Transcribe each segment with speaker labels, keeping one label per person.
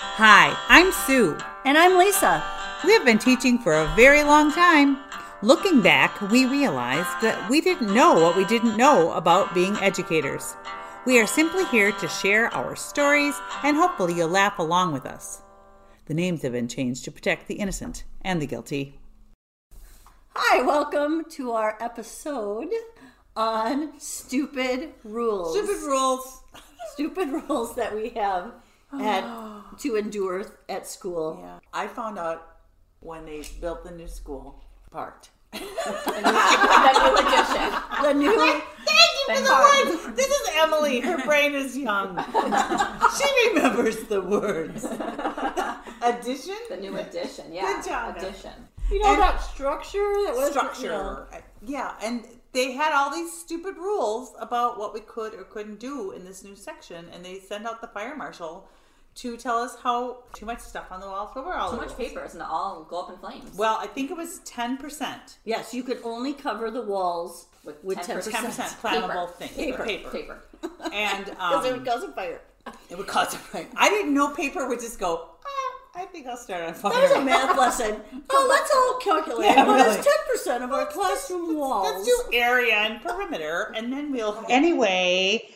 Speaker 1: Hi, I'm Sue.
Speaker 2: And I'm Lisa.
Speaker 1: We have been teaching for a very long time. Looking back, we realized that we didn't know what we didn't know about being educators. We are simply here to share our stories and hopefully you'll laugh along with us. The names have been changed to protect the innocent and the guilty.
Speaker 2: Hi, welcome to our episode on stupid rules.
Speaker 1: rules.
Speaker 2: Stupid rules that we have at, to endure at school.
Speaker 3: Yeah, I found out when they built the new school, parked.
Speaker 2: The new
Speaker 3: Thank you for the words. This is Emily. Her brain is young. she remembers the words. Addition.
Speaker 4: The new edition, yeah.
Speaker 3: Good job.
Speaker 4: Edition.
Speaker 2: you know that structure that was
Speaker 3: structure. Yeah, and they had all these stupid rules about what we could or couldn't do in this new section, and they send out the fire marshal to tell us how too much stuff on the walls over all
Speaker 4: So
Speaker 3: the
Speaker 4: much
Speaker 3: rules.
Speaker 4: paper, and all go up in flames.
Speaker 3: Well, I think it was ten percent.
Speaker 2: Yes, you could only cover the walls
Speaker 4: With
Speaker 2: with 10%.
Speaker 4: 10%.
Speaker 3: Ten percent flammable thing.
Speaker 4: paper,
Speaker 3: Paper.
Speaker 4: paper.
Speaker 3: And
Speaker 2: Because it
Speaker 3: um,
Speaker 2: would cause a fire.
Speaker 3: It would cause a fire. I didn't know paper would just go. Ah, I think I'll start on fire.
Speaker 2: That was a math lesson. Oh, let's all calculate.
Speaker 3: Yeah,
Speaker 2: what is
Speaker 3: really.
Speaker 2: 10% of our classroom walls?
Speaker 3: Let's do area and perimeter, and then we'll.
Speaker 1: Anyway,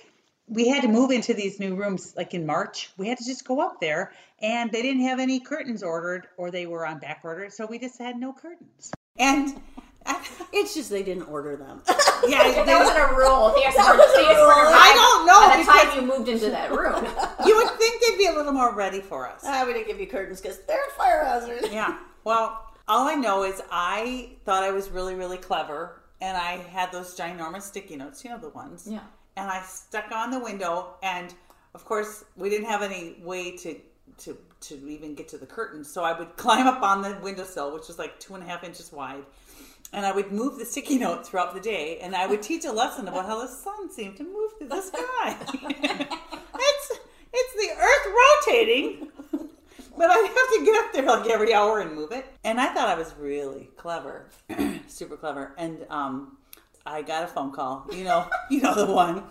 Speaker 1: we had to move into these new rooms like in March. We had to just go up there, and they didn't have any curtains ordered or they were on back order, so we just had no curtains.
Speaker 3: and
Speaker 2: It's just they didn't order them.
Speaker 3: yeah,
Speaker 4: That
Speaker 3: they,
Speaker 4: wasn't a rule. They that was a rule.
Speaker 3: I don't know,
Speaker 4: By the
Speaker 3: because-
Speaker 4: time you moved into that room,
Speaker 3: you would think they'd be a little more ready for us.
Speaker 4: Uh.
Speaker 2: I wouldn't give you curtains because they're fire hazards.
Speaker 3: Yeah. Well, all I know is I thought I was really, really clever, and I had those ginormous sticky notes, you know, the ones.
Speaker 4: Yeah.
Speaker 3: And I stuck on the window, and of course, we didn't have any way to to to even get to the curtain, so I would climb up on the windowsill, which was like two and a half inches wide. And I would move the sticky note throughout the day, and I would teach a lesson about how the sun seemed to move through the sky. it's it's the Earth rotating but I'd have to get up there like every hour and move it. And I thought I was really clever, super clever. And um, I got a phone call. You know, you know the one,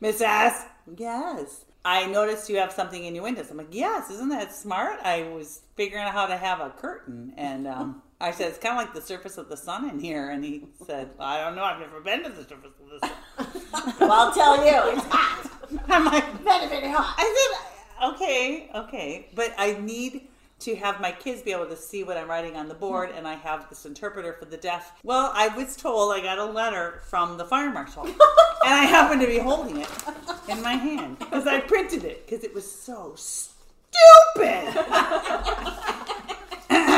Speaker 3: Miss Ass. Yes. I noticed you have something in your windows. I'm like, yes, isn't that smart? I was figuring out how to have a curtain, and um, I said it's kind of like the surface of the sun in here. And he said, I don't know, I've never been to the surface of the sun.
Speaker 2: Well, I'll tell you, it's
Speaker 3: I'm like,
Speaker 2: very, very hot.
Speaker 3: I said, okay, okay, but I need to have my kids be able to see what I'm writing on the board, and I have this interpreter for the deaf. Well, I was told I got a letter from the fire marshal, and I happen to be holding it in my hand because I printed it because it was so stupid.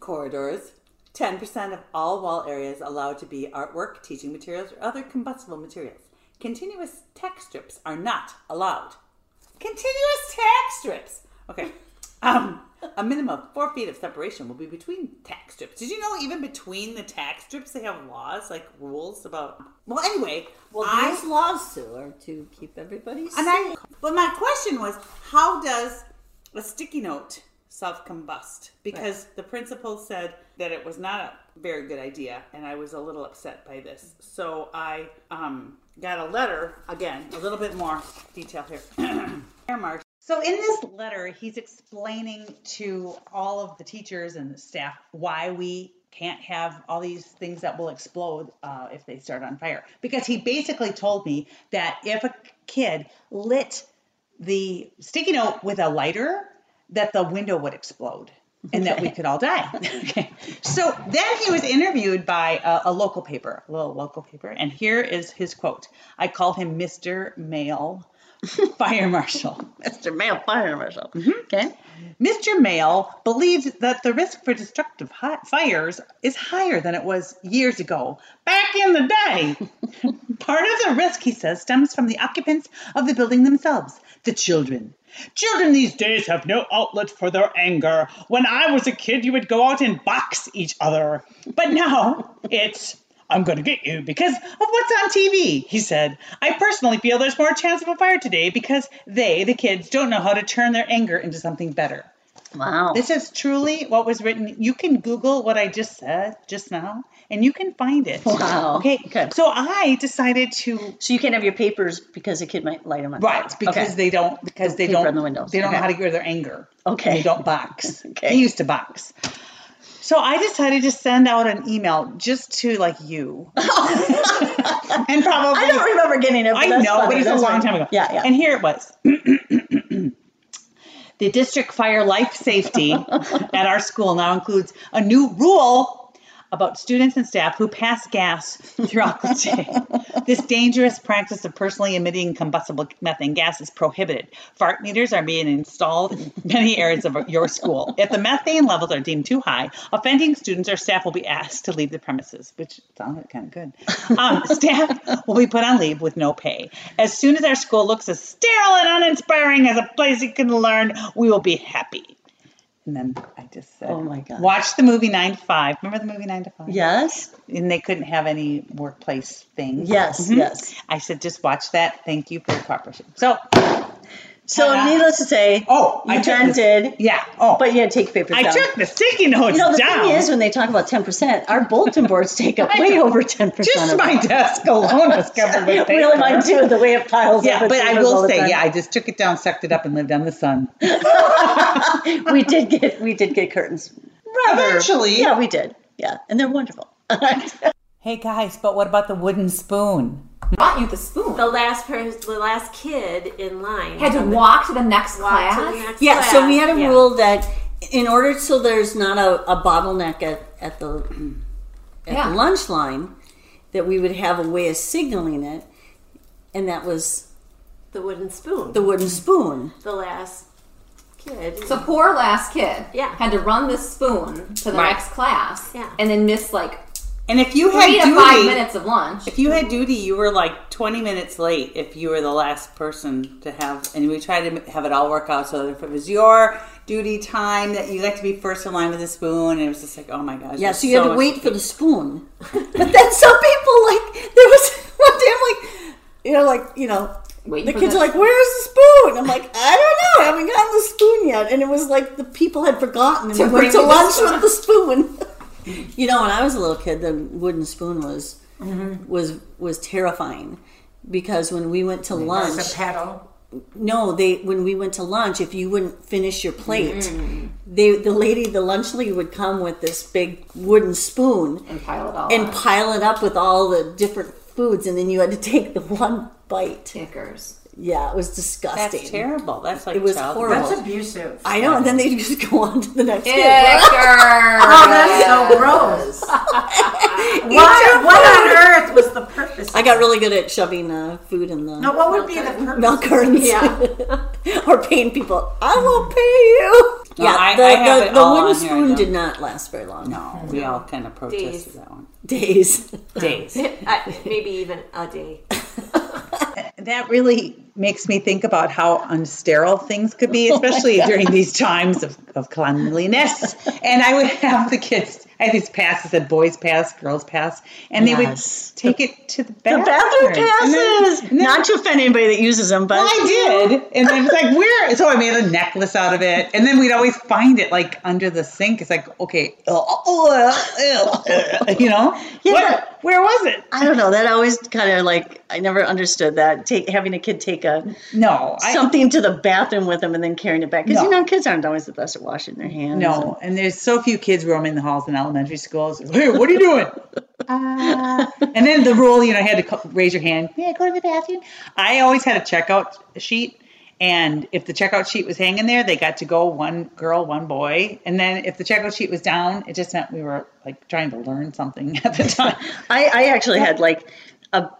Speaker 3: Corridors. 10% of all wall areas allowed to be artwork, teaching materials, or other combustible materials. Continuous tack strips are not allowed. Continuous tack strips. Okay. Um, a minimum of four feet of separation will be between tack strips. Did you know even between the tack strips they have laws, like rules about well anyway, well I
Speaker 2: These laws, Sue, are to keep everybody safe.
Speaker 3: and I but my question was how does a sticky note self combust? Because the principal said that it was not a very good idea and I was a little upset by this. So I um, got a letter again, a little bit more detail here. Air Marshal
Speaker 1: So, in this letter, he's explaining to all of the teachers and the staff why we can't have all these things that will explode uh, if they start on fire. Because he basically told me that if a kid lit the sticky note with a lighter, that the window would explode and that we could all die. okay. So then he was interviewed by a, a local paper, a little local paper, and here is his quote. I call him Mr. Mail Fire Marshal.
Speaker 5: Mr. Male Fire Marshal. Okay.
Speaker 1: Mr. Mail believes that the risk for destructive hi- fires is higher than it was years ago, back in the day. Part of the risk, he says, stems from the occupants of the building themselves, the children. Children these days have no outlet for their anger. When I was a kid, you would go out and box each other. But now it's, I'm going to get you because of what's on TV, he said. I personally feel there's more chance of a fire today because they, the kids, don't know how to turn their anger into something better.
Speaker 4: Wow.
Speaker 3: This is truly what was written. You can Google what I just said just now, and you can find it.
Speaker 4: Wow.
Speaker 3: Okay.
Speaker 4: Okay.
Speaker 3: So I decided to
Speaker 4: so you can't have your papers because a kid might light them on fire.
Speaker 3: right because
Speaker 4: Okay.
Speaker 3: they don't because they
Speaker 4: Paper
Speaker 3: don't
Speaker 4: on the windows.
Speaker 3: they don't know
Speaker 4: Okay. Oh,
Speaker 3: how to get rid of their anger.
Speaker 4: Okay.
Speaker 3: They don't box.
Speaker 4: Okay.
Speaker 3: They used to box. So I decided to send out an email just to like you, and probably
Speaker 4: I don't remember getting it. but
Speaker 3: I
Speaker 4: that's
Speaker 3: know,
Speaker 4: funny.
Speaker 3: but it's a
Speaker 4: That's
Speaker 3: long
Speaker 4: funny.
Speaker 3: time ago.
Speaker 4: Yeah, yeah.
Speaker 3: And here it was. the district fire life safety at our school now includes a new rule about students and staff who pass gas throughout the day. this dangerous practice of personally emitting combustible methane gas is prohibited. Fart meters are being installed in many areas of your school. If the methane levels are deemed too high, offending students or staff will be asked to leave the premises, which sounded kind of good. Um, staff will be put on leave with no pay. As soon as our school looks as sterile and uninspiring as a place you can learn, we will be happy. And then I just said,
Speaker 4: Oh my God.
Speaker 3: Watch the movie Nine to Five. Remember the movie Nine to Five?
Speaker 4: Yes.
Speaker 3: And they couldn't have any workplace things.
Speaker 4: Yes.
Speaker 3: Mhm.
Speaker 4: Yes.
Speaker 3: I said, just watch that. Thank you for your cooperation. So,
Speaker 4: So
Speaker 3: And I-
Speaker 4: needless to say,
Speaker 3: oh,
Speaker 4: you
Speaker 3: I took this-
Speaker 4: dented,
Speaker 3: Yeah. Oh,
Speaker 4: but you had to take papers
Speaker 3: I
Speaker 4: down.
Speaker 3: took the sticky notes
Speaker 4: You know, the
Speaker 3: down.
Speaker 4: thing is, when they talk about 10%, our bulletin boards take up
Speaker 3: I
Speaker 4: way
Speaker 3: know.
Speaker 4: over 10%.
Speaker 3: just
Speaker 4: of
Speaker 3: my
Speaker 4: it.
Speaker 3: desk alone was covered with paper.
Speaker 4: Really, mine too, the way it piles up.
Speaker 3: Yeah,
Speaker 4: at
Speaker 3: but
Speaker 4: the
Speaker 3: I
Speaker 4: end all
Speaker 3: will
Speaker 4: the
Speaker 3: say,
Speaker 4: time.
Speaker 3: yeah, I just took it down, sucked it up, and lived on the sun.
Speaker 4: we did get we did get curtains. Rather,
Speaker 3: Eventually.
Speaker 4: yeah, we did. Yeah, and they're wonderful.
Speaker 6: Hey guys, but what about the wooden spoon?
Speaker 7: Brought you the spoon.
Speaker 2: The last person, the last kid in line
Speaker 7: had to walk to the next class.
Speaker 2: to the next Yeah, so we had a
Speaker 7: Yeah.
Speaker 2: rule that in order so there's not a, a bottleneck at, at the at
Speaker 7: Yeah.
Speaker 2: the lunch line, that we would have a way of signaling it, and that was
Speaker 8: the wooden spoon.
Speaker 2: the
Speaker 8: The,
Speaker 2: wooden spoon.
Speaker 8: last kid.
Speaker 7: So poor last kid.
Speaker 8: Yeah.
Speaker 7: Had to run this spoon to the
Speaker 6: Right.
Speaker 7: next class.
Speaker 8: Yeah.
Speaker 7: And then miss like
Speaker 6: And if you had
Speaker 7: three to
Speaker 6: duty,
Speaker 7: five minutes of lunch.
Speaker 6: if you had duty, you were like twenty minutes late if you were the last person to have. And we tried to have it all work out so that if it was your duty time, that you got to be first in line with a spoon. And it was just like, oh my gosh.
Speaker 2: Yeah,
Speaker 6: there's
Speaker 2: so you had to
Speaker 6: much
Speaker 2: wait for
Speaker 6: do.
Speaker 2: the spoon. but then some people like there was one day I'm like, you know, like you know,
Speaker 7: Waiting
Speaker 2: the
Speaker 7: for
Speaker 2: kids
Speaker 7: the-
Speaker 2: are like, "Where's the spoon?" I'm like, "I don't know. I haven't gotten the spoon yet." And it was like the people had forgotten and
Speaker 7: To
Speaker 2: we
Speaker 7: bring
Speaker 2: went to
Speaker 7: you the
Speaker 2: lunch
Speaker 7: spoon.
Speaker 2: with the spoon. you know, when I was a little kid, the wooden spoon was
Speaker 7: Mm-hmm.
Speaker 2: was was terrifying because when we went to lunch,
Speaker 8: paddle.
Speaker 2: no, they when we went to lunch, if you wouldn't finish your plate,
Speaker 6: Mm.
Speaker 2: they the lady, the lunch lady would come with this big wooden spoon
Speaker 7: and pile it all
Speaker 2: and
Speaker 7: on.
Speaker 2: pile it up with all the different foods, and then you had to take the one bite.
Speaker 7: Tickers.
Speaker 2: Yeah, it was disgusting.
Speaker 6: That's terrible. That's like
Speaker 2: It was
Speaker 6: child-
Speaker 2: horrible.
Speaker 8: That's abusive.
Speaker 2: I know, and then they just go on to the next.
Speaker 7: Tickers.
Speaker 2: kid.
Speaker 8: Oh, that's so gross.
Speaker 2: your
Speaker 8: Why, what on earth was the purpose?
Speaker 2: I got really good at shoving uh, food in the
Speaker 8: No, what would be the purpose?
Speaker 2: milk cartons.
Speaker 8: Yeah.
Speaker 2: or paying people. I will pay you.
Speaker 6: No,
Speaker 2: yeah,
Speaker 6: I-
Speaker 2: the,
Speaker 6: I have
Speaker 2: the,
Speaker 6: it
Speaker 2: the
Speaker 6: all
Speaker 2: wooden
Speaker 6: on here, I
Speaker 2: spoon
Speaker 6: don't-
Speaker 2: did not last very long.
Speaker 6: No, we all kind of protested
Speaker 8: Days.
Speaker 6: that one.
Speaker 2: Days.
Speaker 6: Days.
Speaker 8: I, maybe even a day.
Speaker 3: that really makes me think about how unsterile things could be, especially during these times of, of cleanliness. And I would have the kids, I had these passes that boys pass, girls pass, and
Speaker 4: Yes.
Speaker 3: they would take it to the
Speaker 4: the
Speaker 3: bathroom.
Speaker 4: bathroom
Speaker 3: And then-
Speaker 4: passes. Not to offend anybody that uses them, but
Speaker 3: I did. And then it's like, where? So I made a necklace out of it. And then we'd always find it like under the sink. It's like, okay, oh, oh, oh, oh, you know?
Speaker 4: Yeah,
Speaker 3: Where,
Speaker 4: but-
Speaker 3: where was it?
Speaker 4: I don't know. That always kind of like I never understood that take having a kid take a
Speaker 3: No. I,
Speaker 4: something to the bathroom with them and then carrying it back because you
Speaker 3: No.
Speaker 4: know kids aren't always the best at washing their hands.
Speaker 3: No, and there's so few kids roaming the halls in elementary schools. Hey, what are you doing? Uh, and then the rule, you know, had to co- raise your hand. Yeah, go to the bathroom. I always had a checkout sheet, and if the checkout sheet was hanging there, they got to go one girl, one boy. And then if the checkout sheet was down, it just meant we were like trying to learn something at the time.
Speaker 4: I, I actually had like a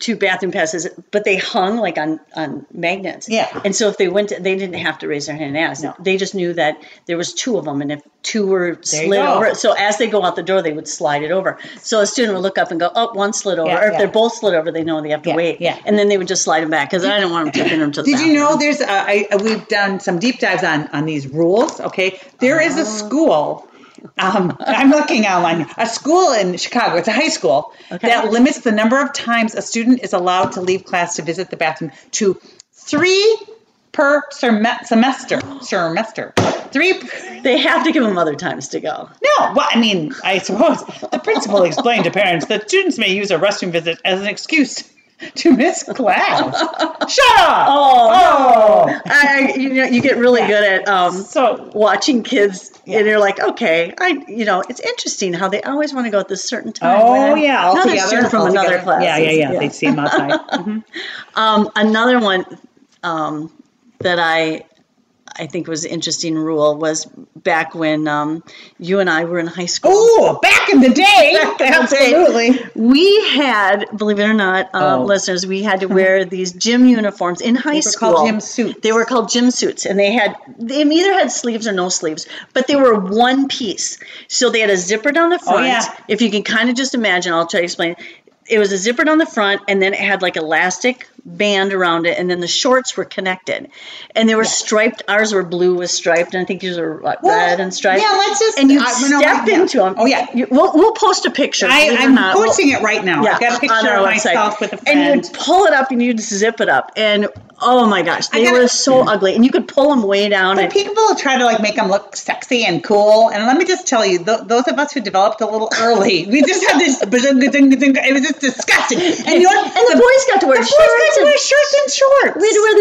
Speaker 4: two bathroom passes, but they hung like on on magnets.
Speaker 3: Yeah.
Speaker 4: And so if they went, they didn't have to raise their hand and ask.
Speaker 3: No.
Speaker 4: They just knew that there was two of them, and if two were
Speaker 3: you
Speaker 4: slid
Speaker 3: go.
Speaker 4: over, so as they go out the door, they would slide it over. So a student would look up and go, "Oh, one slid over."
Speaker 3: Yeah,
Speaker 4: or if
Speaker 3: yeah.
Speaker 4: they're both slid over, they know they have to
Speaker 3: Yeah,
Speaker 4: wait.
Speaker 3: yeah.
Speaker 4: And then they would just slide them back because I didn't want them tipping them to the
Speaker 3: Did you know
Speaker 4: bathroom.
Speaker 3: there's a, I, we've done some deep dives on on these rules. Okay, there is
Speaker 4: Oh.
Speaker 3: a school. Um, I'm looking online. A school in Chicago. It's a high school
Speaker 4: Okay.
Speaker 3: that limits the number of times a student is allowed to leave class to visit the bathroom to three per serme- semester. Semester. Three.
Speaker 4: They have to give them other times to go.
Speaker 3: No, well, I mean, I suppose the principal explained to parents that students may use a restroom visit as an excuse to miss class. Shut up! Oh,
Speaker 4: I, I- you know, you get really good at um,
Speaker 3: So-
Speaker 4: watching kids, and you're like, okay, I, you know, it's interesting how they always want to go at this certain time.
Speaker 3: Oh, yeah, all
Speaker 4: another
Speaker 3: together.
Speaker 4: student from
Speaker 3: all
Speaker 4: another
Speaker 3: together.
Speaker 4: class.
Speaker 3: Yeah, yeah,
Speaker 4: is-
Speaker 3: yeah, They see him outside. Mhm.
Speaker 4: Um, another one um, that I I think was an interesting rule was back when um, you and I were in high school.
Speaker 3: Ooh, back in the day, absolutely.
Speaker 4: We had, believe it or not, um,
Speaker 3: Oh.
Speaker 4: listeners, we had to wear these gym uniforms in high
Speaker 3: were
Speaker 4: school.
Speaker 3: called gym suits.
Speaker 4: They were called gym suits, and they had they either had sleeves or no sleeves, but they were one piece. So they had a zipper down the front.
Speaker 3: Oh, yeah.
Speaker 4: If you can kind of just imagine, I'll try to explain. It was a zipper down the front, and then it had like elastic band around it, and then the shorts were connected, and they were striped. Ours were blue with striped, and I think yours were what,
Speaker 3: Well,
Speaker 4: red and striped.
Speaker 3: yeah, let's just-
Speaker 4: and you
Speaker 3: I- no,
Speaker 4: step
Speaker 3: yeah.
Speaker 4: into them.
Speaker 3: Oh, yeah.
Speaker 4: You- we'll, we'll post a picture.
Speaker 3: I,
Speaker 4: believe it or
Speaker 3: I'm
Speaker 4: not. We'll-
Speaker 3: posting it right now. I've got a
Speaker 4: on
Speaker 3: picture
Speaker 4: our
Speaker 3: of
Speaker 4: website.
Speaker 3: myself with a
Speaker 4: And
Speaker 3: friend.
Speaker 4: you'd pull it up and you'd zip it up. And oh my gosh, they
Speaker 3: gotta-
Speaker 4: were so ugly. And you could pull them way down.
Speaker 3: But
Speaker 4: and-
Speaker 3: people try to like make them look sexy and cool. And let me just tell you, th- those of us who developed a little early, we just had this. It was just disgusting. And you know what?
Speaker 4: And the boys got to wear
Speaker 3: the boys
Speaker 4: shorts
Speaker 3: got to
Speaker 4: and-
Speaker 3: wear shirts and shorts.
Speaker 4: we had to wear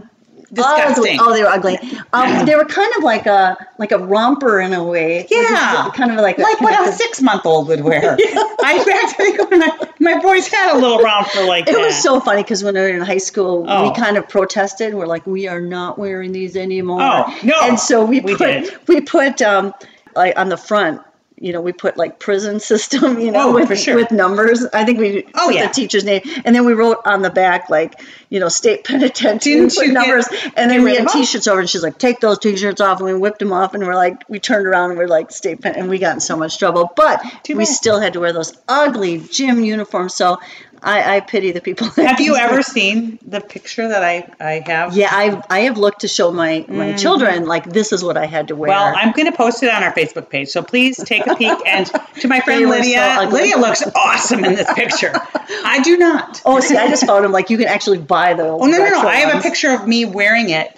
Speaker 4: this
Speaker 3: Disgusting.
Speaker 4: Oh, they were ugly. Um, they were kind of like a like a romper in a way.
Speaker 3: Yeah.
Speaker 4: kind of like a,
Speaker 3: like what a six month old would wear. I think when I, my boys had a little round for like
Speaker 4: It
Speaker 3: that.
Speaker 4: was so funny because when we were in high school,
Speaker 3: Oh.
Speaker 4: we kind of protested. We're like, we are not wearing these anymore.
Speaker 3: Oh, no.
Speaker 4: And so we,
Speaker 3: We
Speaker 4: put
Speaker 3: did.
Speaker 4: we put um like on the front. You know, we put like prison system. You know,
Speaker 3: Oh,
Speaker 4: with
Speaker 3: for sure.
Speaker 4: with numbers. I think we
Speaker 3: Oh,
Speaker 4: put
Speaker 3: yeah.
Speaker 4: the teacher's name, and then we wrote on the back like you know state penitentiary
Speaker 3: Didn't
Speaker 4: with
Speaker 3: you get-
Speaker 4: numbers, and
Speaker 3: get
Speaker 4: then we
Speaker 3: rid of
Speaker 4: had
Speaker 3: them?
Speaker 4: t-shirts over, and she's like, take those t-shirts off, and we whipped them off, and we're like, we turned around and we're like state pen, and we got in so much trouble, but
Speaker 3: Too
Speaker 4: we
Speaker 3: bad.
Speaker 4: still had to wear those ugly gym uniforms. So I, I pity the people.
Speaker 3: Have you ever seen the picture that I, I have?
Speaker 4: Yeah, I I have looked to show my my children like this is what I had to wear.
Speaker 3: Mm. Well, I'm going to post it on our Facebook page, so please take a peek. And to my friend
Speaker 4: They were so
Speaker 3: Lydia,
Speaker 4: ugly.
Speaker 3: Lydia looks awesome in this picture. I do not.
Speaker 4: oh, see, I just found them like you can actually buy those.
Speaker 3: Oh no, no, no! I have a picture of me wearing it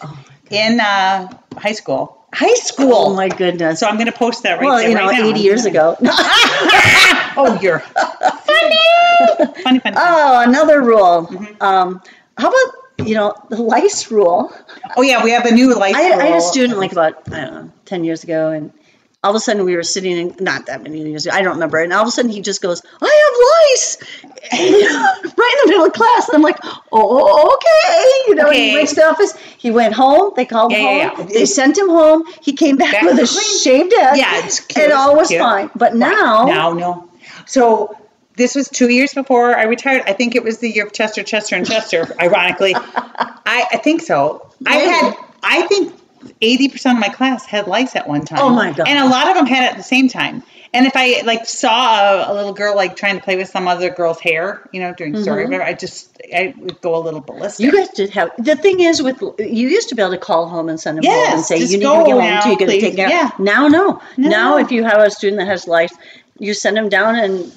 Speaker 3: in uh, high school. High school.
Speaker 4: Oh my goodness!
Speaker 3: So I'm going to post that right,
Speaker 4: well,
Speaker 3: there,
Speaker 4: you know,
Speaker 3: right now.
Speaker 4: 80 years ago.
Speaker 3: Oh, you're funny, funny, funny.
Speaker 4: oh, another rule.
Speaker 3: Mm-hmm.
Speaker 4: Um, how about you know the lice rule?
Speaker 3: oh yeah, we have a new life.
Speaker 4: I had, I had a student like about I don't know, ten years ago, and all of a sudden we were sitting in not that many years ago, I don't remember, and all of a sudden he just goes, "I have lice," right in the middle of class, and I'm like, "Oh, okay," you know. And
Speaker 3: Okay.
Speaker 4: he went to the office. He went home. They called
Speaker 3: Yeah,
Speaker 4: him
Speaker 3: yeah,
Speaker 4: home.
Speaker 3: yeah.
Speaker 4: They sent him home. He came back
Speaker 3: Back
Speaker 4: with a
Speaker 3: clean.
Speaker 4: shaved head.
Speaker 3: Yeah, it's cute,
Speaker 4: and all was
Speaker 3: cute.
Speaker 4: fine. But now,
Speaker 3: No, no. So this was two years before I retired. I think it was the year of Chester, Chester, and Chester. Ironically, I, I think so. I had. I think eighty percent of my class had lice at one time.
Speaker 4: Oh, my gosh.
Speaker 3: And a lot of them had it at the same time. And if I like saw a, a little girl like trying to play with some other girl's hair, you know, during story or whatever, I just I would go a little ballistic.
Speaker 4: Mm-hmm. You guys did have the thing is with you used to be able to call home and send them
Speaker 3: Yes,
Speaker 4: home and say
Speaker 3: just
Speaker 4: you need
Speaker 3: go
Speaker 4: to get home
Speaker 3: now,
Speaker 4: too. You got to
Speaker 3: please."
Speaker 4: take care.
Speaker 3: Yeah.
Speaker 4: Now no.
Speaker 3: No,
Speaker 4: Now
Speaker 3: no.
Speaker 4: if you have a student that has lice, you send them down and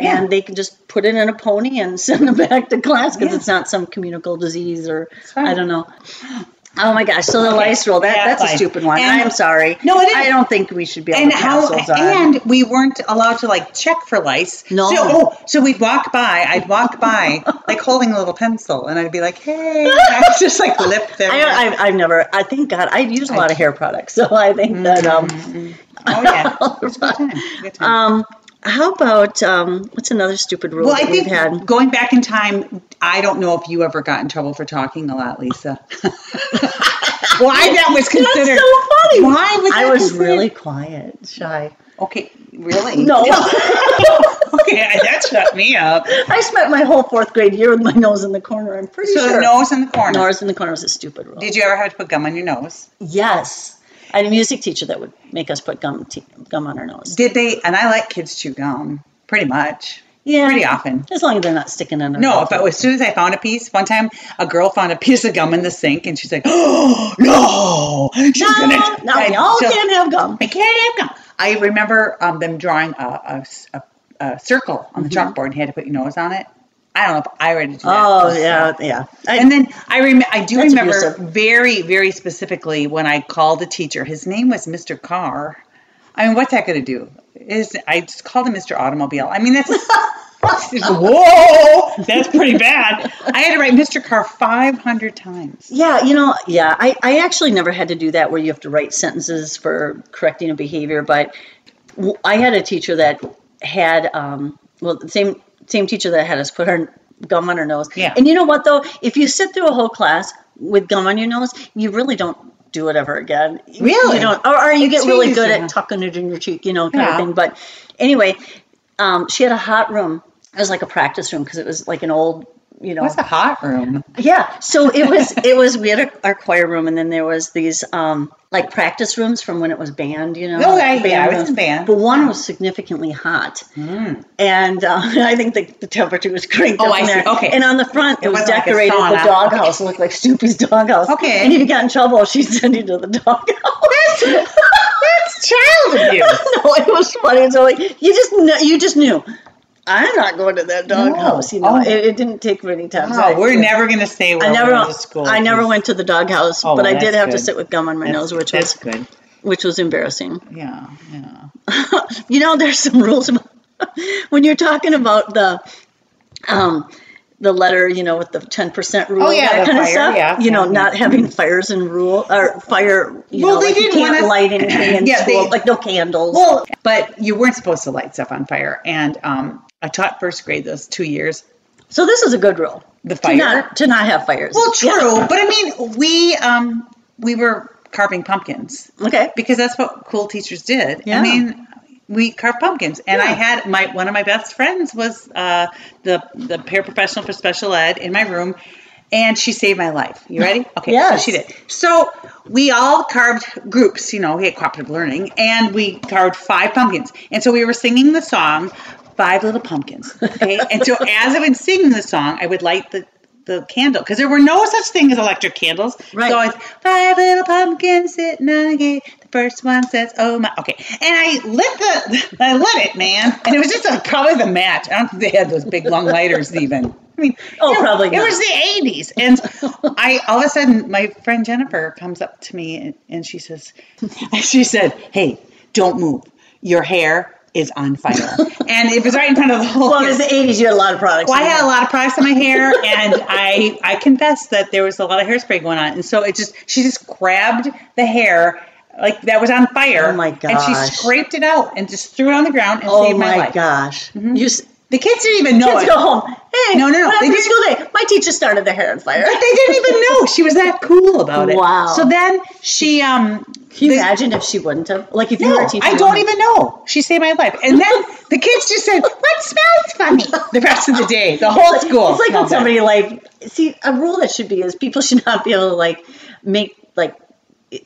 Speaker 3: Yeah.
Speaker 4: and they can just put it in a pony and send them back to class because
Speaker 3: Yeah.
Speaker 4: it's not some communicable disease or
Speaker 3: right.
Speaker 4: I don't know. Oh my gosh! So the lice rule that
Speaker 3: Yeah,
Speaker 4: that's
Speaker 3: lice.
Speaker 4: a stupid one.
Speaker 3: And-
Speaker 4: I'm sorry.
Speaker 3: No, it is.
Speaker 4: I don't think we should be able
Speaker 3: and
Speaker 4: to pass
Speaker 3: how
Speaker 4: those on.
Speaker 3: and we weren't allowed to like check for lice.
Speaker 4: No.
Speaker 3: So oh, so we'd walk by. I'd walk by like holding a little pencil, and I'd be like, "Hey," I was just like lip there.
Speaker 4: I, don't- I, I've never. I think God, I use a lot of hair products, so I think that um,
Speaker 3: oh yeah. It's a good time. Good time.
Speaker 4: Um, how about um, what's another stupid rule
Speaker 3: well,
Speaker 4: that
Speaker 3: I
Speaker 4: we've
Speaker 3: think
Speaker 4: had?
Speaker 3: going back in time, I don't know if you ever got in trouble for talking a lot, Lisa. Why that was considered?
Speaker 4: so funny.
Speaker 3: Why was
Speaker 4: I
Speaker 3: that
Speaker 4: was
Speaker 3: considered-
Speaker 4: really quiet, shy.
Speaker 3: okay? Really?
Speaker 4: No,
Speaker 3: okay, that shut me up.
Speaker 4: I spent my whole fourth grade year with my nose in the corner. I'm pretty
Speaker 3: So
Speaker 4: sure
Speaker 3: the nose in the corner.
Speaker 4: nose in the corner was a stupid rule.
Speaker 3: Did you ever have to put gum on your nose?
Speaker 4: yes, I had a music teacher that would make us put gum te- gum on our nose.
Speaker 3: Did they? And I let kids chew gum pretty much,
Speaker 4: Yeah,
Speaker 3: pretty often.
Speaker 4: As long as they're not sticking in. our
Speaker 3: No,
Speaker 4: mouth.
Speaker 3: but as soon as I found a piece, one time a girl found a piece of gum in the sink, and she's like, "Oh no, she's
Speaker 4: no,
Speaker 3: gonna."
Speaker 4: no, we
Speaker 3: I
Speaker 4: all
Speaker 3: just-
Speaker 4: can't have gum.
Speaker 3: I can't have gum. I
Speaker 4: Mm-hmm.
Speaker 3: remember um, them drawing a, a s- a- a circle on the chalkboard, and you had to put your nose on it. I don't know if I already do that.
Speaker 4: Oh yeah, yeah. I,
Speaker 3: And then I rem- I do
Speaker 4: That's
Speaker 3: remember
Speaker 4: abusive.
Speaker 3: very, very specifically when I called a teacher. His name was Mr. Carr. I mean, what's that going to do? Is I just called him Mr. Automobile. I mean, that's that's just- whoa, that's pretty bad. I had to write Mr. Carr five hundred times.
Speaker 4: yeah, you know, yeah. I, I actually never had to do that where you have to write sentences for correcting a behavior, but w- I had a teacher that had um, well the same same teacher that had us put our gum on our nose.
Speaker 3: Yeah.
Speaker 4: And you know what though? If you sit through a whole class with gum on your nose, you really don't do it ever again. You-
Speaker 3: Really?
Speaker 4: You don't or, or you
Speaker 3: It
Speaker 4: get really
Speaker 3: changes
Speaker 4: good
Speaker 3: you,
Speaker 4: at
Speaker 3: huh?
Speaker 4: tucking it in your cheek, you know, kind
Speaker 3: Yeah.
Speaker 4: of thing. But anyway, um, she had a hot room. It was like a practice room because it was like an old, you know,
Speaker 3: What's a hot room?
Speaker 4: yeah. So it was it was we had a, our choir room and then there was these um like practice rooms from when it was band, you know.
Speaker 3: Oh, yeah,
Speaker 4: band
Speaker 3: yeah, it was
Speaker 4: rooms.
Speaker 3: in band.
Speaker 4: But one was significantly hot. And um, I think the, the temperature was cranked
Speaker 3: Mm. Oh,
Speaker 4: up
Speaker 3: I
Speaker 4: in
Speaker 3: see.
Speaker 4: there.
Speaker 3: Okay.
Speaker 4: And on the front it, was
Speaker 3: wasn't like a
Speaker 4: decorated with
Speaker 3: sauna.
Speaker 4: the doghouse. It looked like Snoopy's doghouse.
Speaker 3: Okay.
Speaker 4: And if you got in trouble, she'd send you to the doghouse.
Speaker 3: That's child abuse.
Speaker 4: no, it was funny. So like you just kn- you just knew. I'm not going to that doghouse. You know,
Speaker 3: Oh.
Speaker 4: it, it didn't take many times.
Speaker 3: Oh, we're never going to stay where
Speaker 4: I never,
Speaker 3: we went to school.
Speaker 4: I never went to the doghouse,
Speaker 3: Oh,
Speaker 4: but I
Speaker 3: well,
Speaker 4: did
Speaker 3: that's
Speaker 4: have to
Speaker 3: good.
Speaker 4: sit with gum on my
Speaker 3: That's-
Speaker 4: nose, which
Speaker 3: that's
Speaker 4: was
Speaker 3: good.
Speaker 4: which was embarrassing.
Speaker 3: Yeah, yeah.
Speaker 4: You know, there's some rules about when you're talking about the um, the letter, you know, with the ten percent rule,
Speaker 3: Oh, yeah, the
Speaker 4: that kind of
Speaker 3: fire,
Speaker 4: stuff.
Speaker 3: yeah,
Speaker 4: you know,
Speaker 3: yeah.
Speaker 4: not having fires and rule or fire. You
Speaker 3: Well,
Speaker 4: know,
Speaker 3: they
Speaker 4: like you
Speaker 3: didn't
Speaker 4: can't
Speaker 3: want us-
Speaker 4: light anything in
Speaker 3: Yeah,
Speaker 4: school,
Speaker 3: they-
Speaker 4: like no candles.
Speaker 3: Well, but you weren't supposed to light stuff on fire. And um, I taught first grade those two years.
Speaker 4: so this is a good rule.
Speaker 3: The
Speaker 4: to
Speaker 3: fire.
Speaker 4: not to not have fires.
Speaker 3: Well, true, but I mean, we um, we were carving pumpkins
Speaker 4: Okay.
Speaker 3: because that's what cool teachers did.
Speaker 4: Yeah.
Speaker 3: I mean, we carved pumpkins, and I had my one of my best friends was uh, the the paraprofessional for special ed in my room, and she saved my life. You ready? Okay, so
Speaker 4: Yes.
Speaker 3: she did. So we all carved groups. You know, we had cooperative learning, and we carved five pumpkins, and so we were singing the song. Five little pumpkins. Okay. and so as I would sing the song, I would light the, the candle because there were no such thing as electric candles.
Speaker 4: Right.
Speaker 3: So I it's five little pumpkins sitting on a gate. The first one says, "Oh my." Okay, and I lit the, I lit it, man, and it was just a, probably the match. I don't think they had those big long lighters even. I mean,
Speaker 4: Oh,
Speaker 3: it-
Speaker 4: probably
Speaker 3: It
Speaker 4: not.
Speaker 3: was the '80s, and I all of a sudden my friend Jennifer comes up to me and, and she says, "She said, hey, don't move. Your hair is on fire," and it was right in front of the whole.
Speaker 4: Well, it was the '80s. You had a lot of products.
Speaker 3: Well, I
Speaker 4: in
Speaker 3: had
Speaker 4: there.
Speaker 3: a lot of products on my hair, and I I confessed that there was a lot of hairspray going on, and so it just she just grabbed the hair like that was on fire.
Speaker 4: Oh, my
Speaker 3: And she
Speaker 4: gosh.
Speaker 3: scraped it out and just threw it on the ground and
Speaker 4: Oh
Speaker 3: saved my,
Speaker 4: my,
Speaker 3: life. Mm-hmm.
Speaker 4: gosh! You s-
Speaker 3: The kids didn't even know
Speaker 4: Kids
Speaker 3: it.
Speaker 4: go home. Hey,
Speaker 3: Oh, No, no, no.
Speaker 4: What
Speaker 3: They
Speaker 4: happened to
Speaker 3: didn't-
Speaker 4: school day? My teacher started their hair on fire.
Speaker 3: But they didn't even know she was that cool about it.
Speaker 4: Wow.
Speaker 3: So then she um.
Speaker 4: Can you
Speaker 3: the-
Speaker 4: imagine if she wouldn't have? Like if you
Speaker 3: No,
Speaker 4: were a teacher,
Speaker 3: I don't even know. She saved my life. And then the kids just said, "What smells funny?" The rest of the day, the whole school.
Speaker 4: It's like when
Speaker 3: smelled bad.
Speaker 4: somebody like see a rule that should be is people should not be able to like make like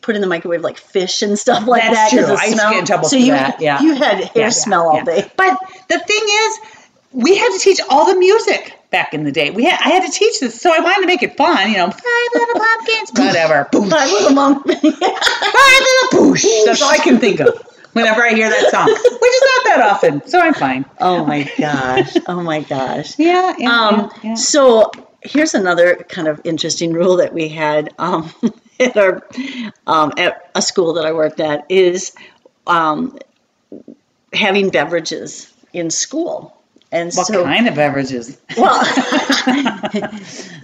Speaker 4: put in the microwave like fish and stuff like
Speaker 3: That's
Speaker 4: that 'cause
Speaker 3: true.
Speaker 4: of
Speaker 3: I used to
Speaker 4: smell.
Speaker 3: get in trouble
Speaker 4: so
Speaker 3: for
Speaker 4: you
Speaker 3: that, yeah.
Speaker 4: you had hair
Speaker 3: Yeah,
Speaker 4: smell all
Speaker 3: yeah.
Speaker 4: day.
Speaker 3: But the thing is, we had to teach all the music back in the day. We had I had to teach this, so I wanted to make it fun. You know, five little pumpkins, whatever. Boosh,
Speaker 4: I was a monk.
Speaker 3: five little boosh. That's all I can think of whenever I hear that song, which is not that often. So I'm fine.
Speaker 4: oh my gosh! Oh my gosh!
Speaker 3: Yeah.
Speaker 4: Um, So here's another kind of interesting rule that we had um, at our um, at a school that I worked at is um, having beverages in school, and
Speaker 3: what
Speaker 4: so
Speaker 3: kind of beverages?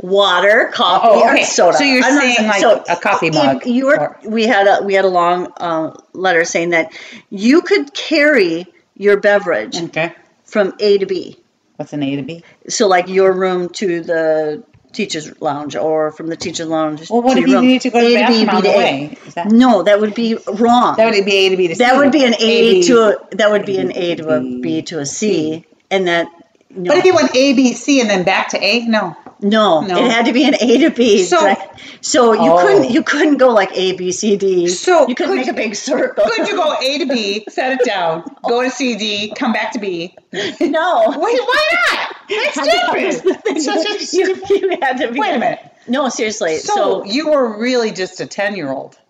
Speaker 4: water, coffee,
Speaker 3: Oh, okay.
Speaker 4: or soda.
Speaker 3: So you're
Speaker 4: I'm not
Speaker 3: saying, like, a coffee
Speaker 4: if
Speaker 3: mug
Speaker 4: You were,
Speaker 3: or-
Speaker 4: we had a we had a long uh, letter saying that you could carry your beverage
Speaker 3: Okay.
Speaker 4: from A to B.
Speaker 3: What's an A to B?
Speaker 4: So like your room to the teacher's lounge or from the teacher's lounge.
Speaker 3: Well, what
Speaker 4: to
Speaker 3: if
Speaker 4: your
Speaker 3: you
Speaker 4: room.
Speaker 3: need to go to
Speaker 4: A
Speaker 3: the bathroom
Speaker 4: B,
Speaker 3: on
Speaker 4: B
Speaker 3: the
Speaker 4: to A.
Speaker 3: way? Is that-
Speaker 4: No, that would be wrong.
Speaker 3: That would be A to B to C.
Speaker 4: That would be an A,
Speaker 3: B.
Speaker 4: to a, that would be an A to a B to a C and that no,
Speaker 3: But if you went A B C and then back to A, no.
Speaker 4: no,
Speaker 3: No.
Speaker 4: it had to be an A to B.
Speaker 3: So-
Speaker 4: right? so you
Speaker 3: Oh.
Speaker 4: couldn't you couldn't go like A B C D.
Speaker 3: So
Speaker 4: you couldn't
Speaker 3: could-
Speaker 4: make a big circle.
Speaker 3: Could you go A to B, set it down, go to C D, come back to B?
Speaker 4: no.
Speaker 3: Wait, why not? That's stupid. It's such a stu-
Speaker 4: you, you had to be
Speaker 3: Wait a minute.
Speaker 4: No, seriously.
Speaker 3: So, you were really just a ten-year-old.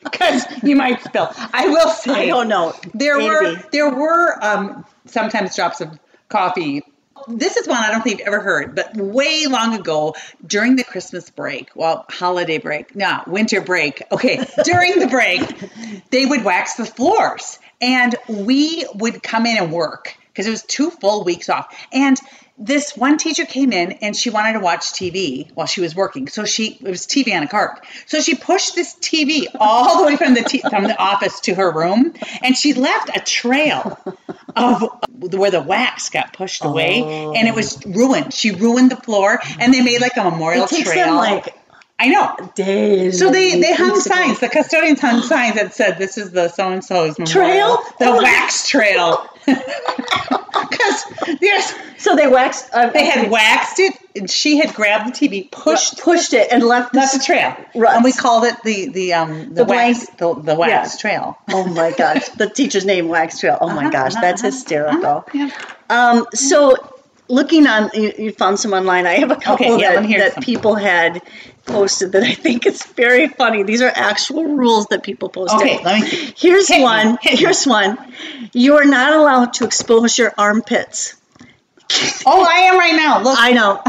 Speaker 3: Because you might spill. I will say.
Speaker 4: I don't know.
Speaker 3: There
Speaker 4: A to
Speaker 3: were
Speaker 4: B.
Speaker 3: there were um, sometimes drops of coffee this is one I don't think you've ever heard, but way long ago during the Christmas break, well, holiday break, no, winter break. Okay, during the break, they would wax the floors and we would come in and work because it was two full weeks off. And this one teacher came in and she wanted to watch TV while she was working. So she it was TV on a cart. So she pushed this TV all the way from the t- from the office to her room, and she left a trail of where the wax got pushed away, and it was ruined. She ruined the floor, and they made like a memorial
Speaker 4: Oh. It takes
Speaker 3: trail.
Speaker 4: them like
Speaker 3: I know.
Speaker 4: days.
Speaker 3: So they,
Speaker 4: and
Speaker 3: they hung
Speaker 4: weeks ago.
Speaker 3: signs. The custodians hung signs that said, "This is the so and so's
Speaker 4: Trail? Oh
Speaker 3: the wax trail." Because there's
Speaker 4: So they waxed. Uh,
Speaker 3: they had waxed it, and she had grabbed the TV, pushed
Speaker 4: pushed it and left.
Speaker 3: left
Speaker 4: This,
Speaker 3: the trail,
Speaker 4: Right.
Speaker 3: and we called it the the um the,
Speaker 4: The
Speaker 3: wax the, the wax
Speaker 4: yeah.
Speaker 3: trail.
Speaker 4: oh my gosh! The teacher's name wax trail. Oh
Speaker 3: Uh-huh,
Speaker 4: my gosh, that's hysterical.
Speaker 3: Yeah.
Speaker 4: Um, so looking on, you, you found some online. I have a couple
Speaker 3: Okay, yeah, let me
Speaker 4: that,
Speaker 3: hear
Speaker 4: that
Speaker 3: some.
Speaker 4: people had posted that I think is very funny. These are actual rules that people posted.
Speaker 3: Okay, let me see.
Speaker 4: Here's
Speaker 3: Hit me,
Speaker 4: one.
Speaker 3: hit me.
Speaker 4: Here's one. You are not allowed to expose your armpits.
Speaker 3: Oh, I am right now. Look,
Speaker 4: I know.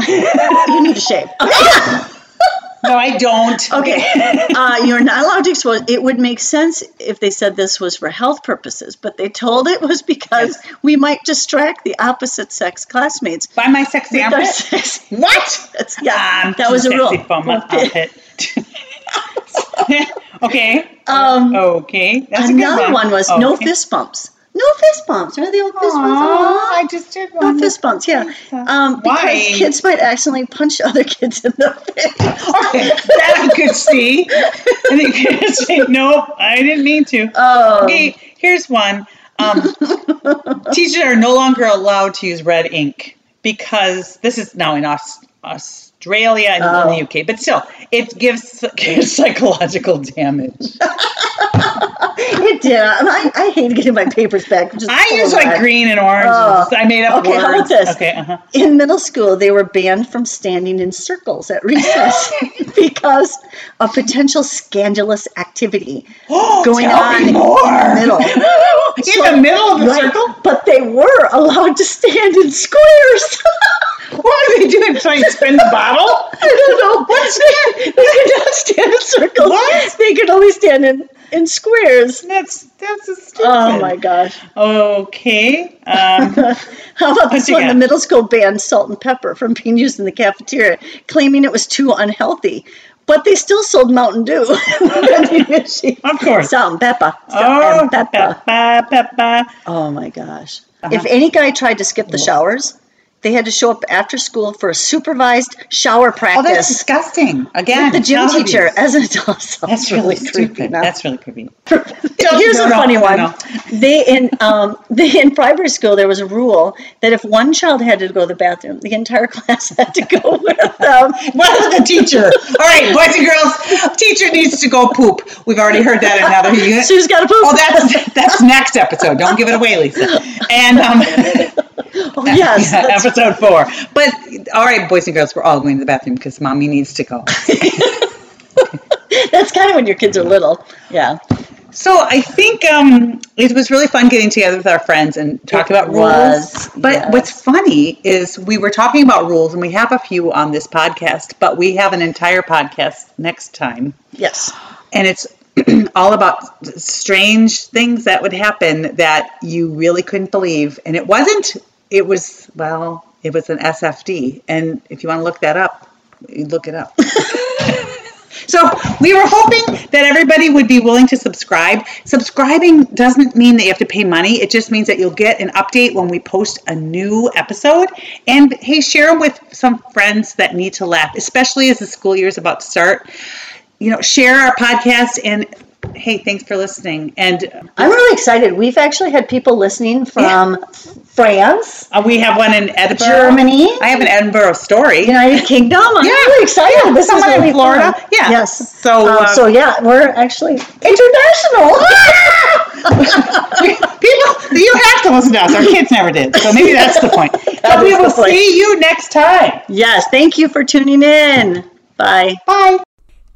Speaker 4: you need to shave.
Speaker 3: no, I don't.
Speaker 4: Okay. uh, you're not allowed to expose. It would make sense if they said this was for health purposes, but they told it was because we might distract the opposite sex classmates.
Speaker 3: By my sexy
Speaker 4: with our
Speaker 3: armpit.
Speaker 4: sex-
Speaker 3: What?
Speaker 4: That's, yeah,
Speaker 3: I'm
Speaker 4: that
Speaker 3: too
Speaker 4: was a rule.
Speaker 3: sexy for my armpit. okay.
Speaker 4: Um,
Speaker 3: Okay. Oh, That's a good Oh,
Speaker 4: Another one was no
Speaker 3: Okay.
Speaker 4: fist bumps. No fist bumps. Remember the old fist
Speaker 3: Aw,
Speaker 4: bumps? Aw.
Speaker 3: I just did one.
Speaker 4: No fist bumps, yeah. Um,
Speaker 3: Why?
Speaker 4: Because kids might accidentally punch other kids in the face.
Speaker 3: Okay, that I could see. And they could say, nope, I didn't mean to.
Speaker 4: Oh.
Speaker 3: Okay, here's one. Um, teachers are no longer allowed to use red ink because this is now in Aus- Australia and in the UK, but still, it gives kids psychological damage.
Speaker 4: It did. I, I hate getting my papers back. Just
Speaker 3: I
Speaker 4: full
Speaker 3: use
Speaker 4: of
Speaker 3: like
Speaker 4: that.
Speaker 3: green and orange.
Speaker 4: Oh.
Speaker 3: I made up
Speaker 4: Okay,
Speaker 3: words.
Speaker 4: how about this?
Speaker 3: Okay, uh-huh.
Speaker 4: In middle school, they were banned from standing in circles at recess because of potential scandalous activity going
Speaker 3: Tell
Speaker 4: on
Speaker 3: me
Speaker 4: in
Speaker 3: more.
Speaker 4: the middle.
Speaker 3: In the middle of the
Speaker 4: Right,
Speaker 3: circle?
Speaker 4: But they were allowed to stand in squares.
Speaker 3: What are they doing? Trying to spin the bottle?
Speaker 4: I don't know. What's that? They could not stand in circles.
Speaker 3: What?
Speaker 4: They could only stand in, in squares.
Speaker 3: That's that's a stupid.
Speaker 4: Oh my gosh.
Speaker 3: Okay. Um,
Speaker 4: How about this
Speaker 3: you
Speaker 4: one?
Speaker 3: got?
Speaker 4: The middle school banned salt and pepper from being used in the cafeteria, claiming it was too unhealthy. But they still sold Mountain Dew.
Speaker 3: of course.
Speaker 4: Salt and pepper. Salt
Speaker 3: Oh,
Speaker 4: and pepper.
Speaker 3: Peppa, Peppa.
Speaker 4: Oh my gosh.
Speaker 3: Uh-huh.
Speaker 4: If any guy tried to skip the showers, they had to show up after school for a supervised shower
Speaker 3: Oh, that's
Speaker 4: practice.
Speaker 3: disgusting. Again,
Speaker 4: with the gym
Speaker 3: none of
Speaker 4: teacher
Speaker 3: these.
Speaker 4: as an adult.
Speaker 3: That's really
Speaker 4: creepy.
Speaker 3: stupid.
Speaker 4: now.
Speaker 3: That's really creepy.
Speaker 4: Here's
Speaker 3: no,
Speaker 4: a
Speaker 3: no,
Speaker 4: funny
Speaker 3: no,
Speaker 4: one.
Speaker 3: no.
Speaker 4: They in um, they in primary school there was a rule that if one child had to go to the bathroom, the entire class had to go with them.
Speaker 3: Well, the teacher. All right, boys and girls, teacher needs to go poop. We've already heard that in another unit.
Speaker 4: Sue's got to poop.
Speaker 3: Oh, that's that's next episode. Don't give it away, Lisa. And um,
Speaker 4: Oh, yes.
Speaker 3: Yeah,
Speaker 4: that's-
Speaker 3: episode four. But all right, boys and girls, we're all going to the bathroom because mommy needs to go.
Speaker 4: that's, kind of when your kids are little. Yeah.
Speaker 3: So I think um, it was really fun getting together with our friends and talking
Speaker 4: It
Speaker 3: about
Speaker 4: was,
Speaker 3: rules. But
Speaker 4: yes.
Speaker 3: what's funny is we were talking about rules, and we have a few on this podcast, but we have an entire podcast next time,
Speaker 4: Yes.
Speaker 3: and it's all about strange things that would happen that you really couldn't believe, and it wasn't. It was well, it was an SFD, and if you want to look that up, you look it up. So we were hoping that everybody would be willing to subscribe. Subscribing doesn't mean that you have to pay money. It just means that you'll get an update when we post a new episode. And hey, share them with some friends that need to laugh, especially as the school year is about to start. You know, share our podcast and hey, thanks for listening. And
Speaker 4: I'm really excited. We've actually had people listening from France,
Speaker 3: uh, we have one in Edinburgh.
Speaker 4: Germany,
Speaker 3: I have an Edinburgh story.
Speaker 4: United Kingdom. I'm
Speaker 3: Yeah.
Speaker 4: really excited.
Speaker 3: Yeah,
Speaker 4: this is
Speaker 3: someone in
Speaker 4: really
Speaker 3: Florida.
Speaker 4: fun.
Speaker 3: Yeah.
Speaker 4: Yes.
Speaker 3: So,
Speaker 4: Um,
Speaker 3: uh,
Speaker 4: so yeah, we're actually international.
Speaker 3: People, you have to listen to us. Our kids never did. So maybe that's the point. But we
Speaker 4: is the
Speaker 3: will
Speaker 4: point.
Speaker 3: see you next time.
Speaker 4: yes. Thank you for tuning in. Bye.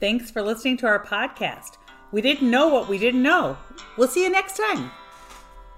Speaker 6: Thanks for listening to our podcast. We didn't know what we didn't know. We'll see you next time.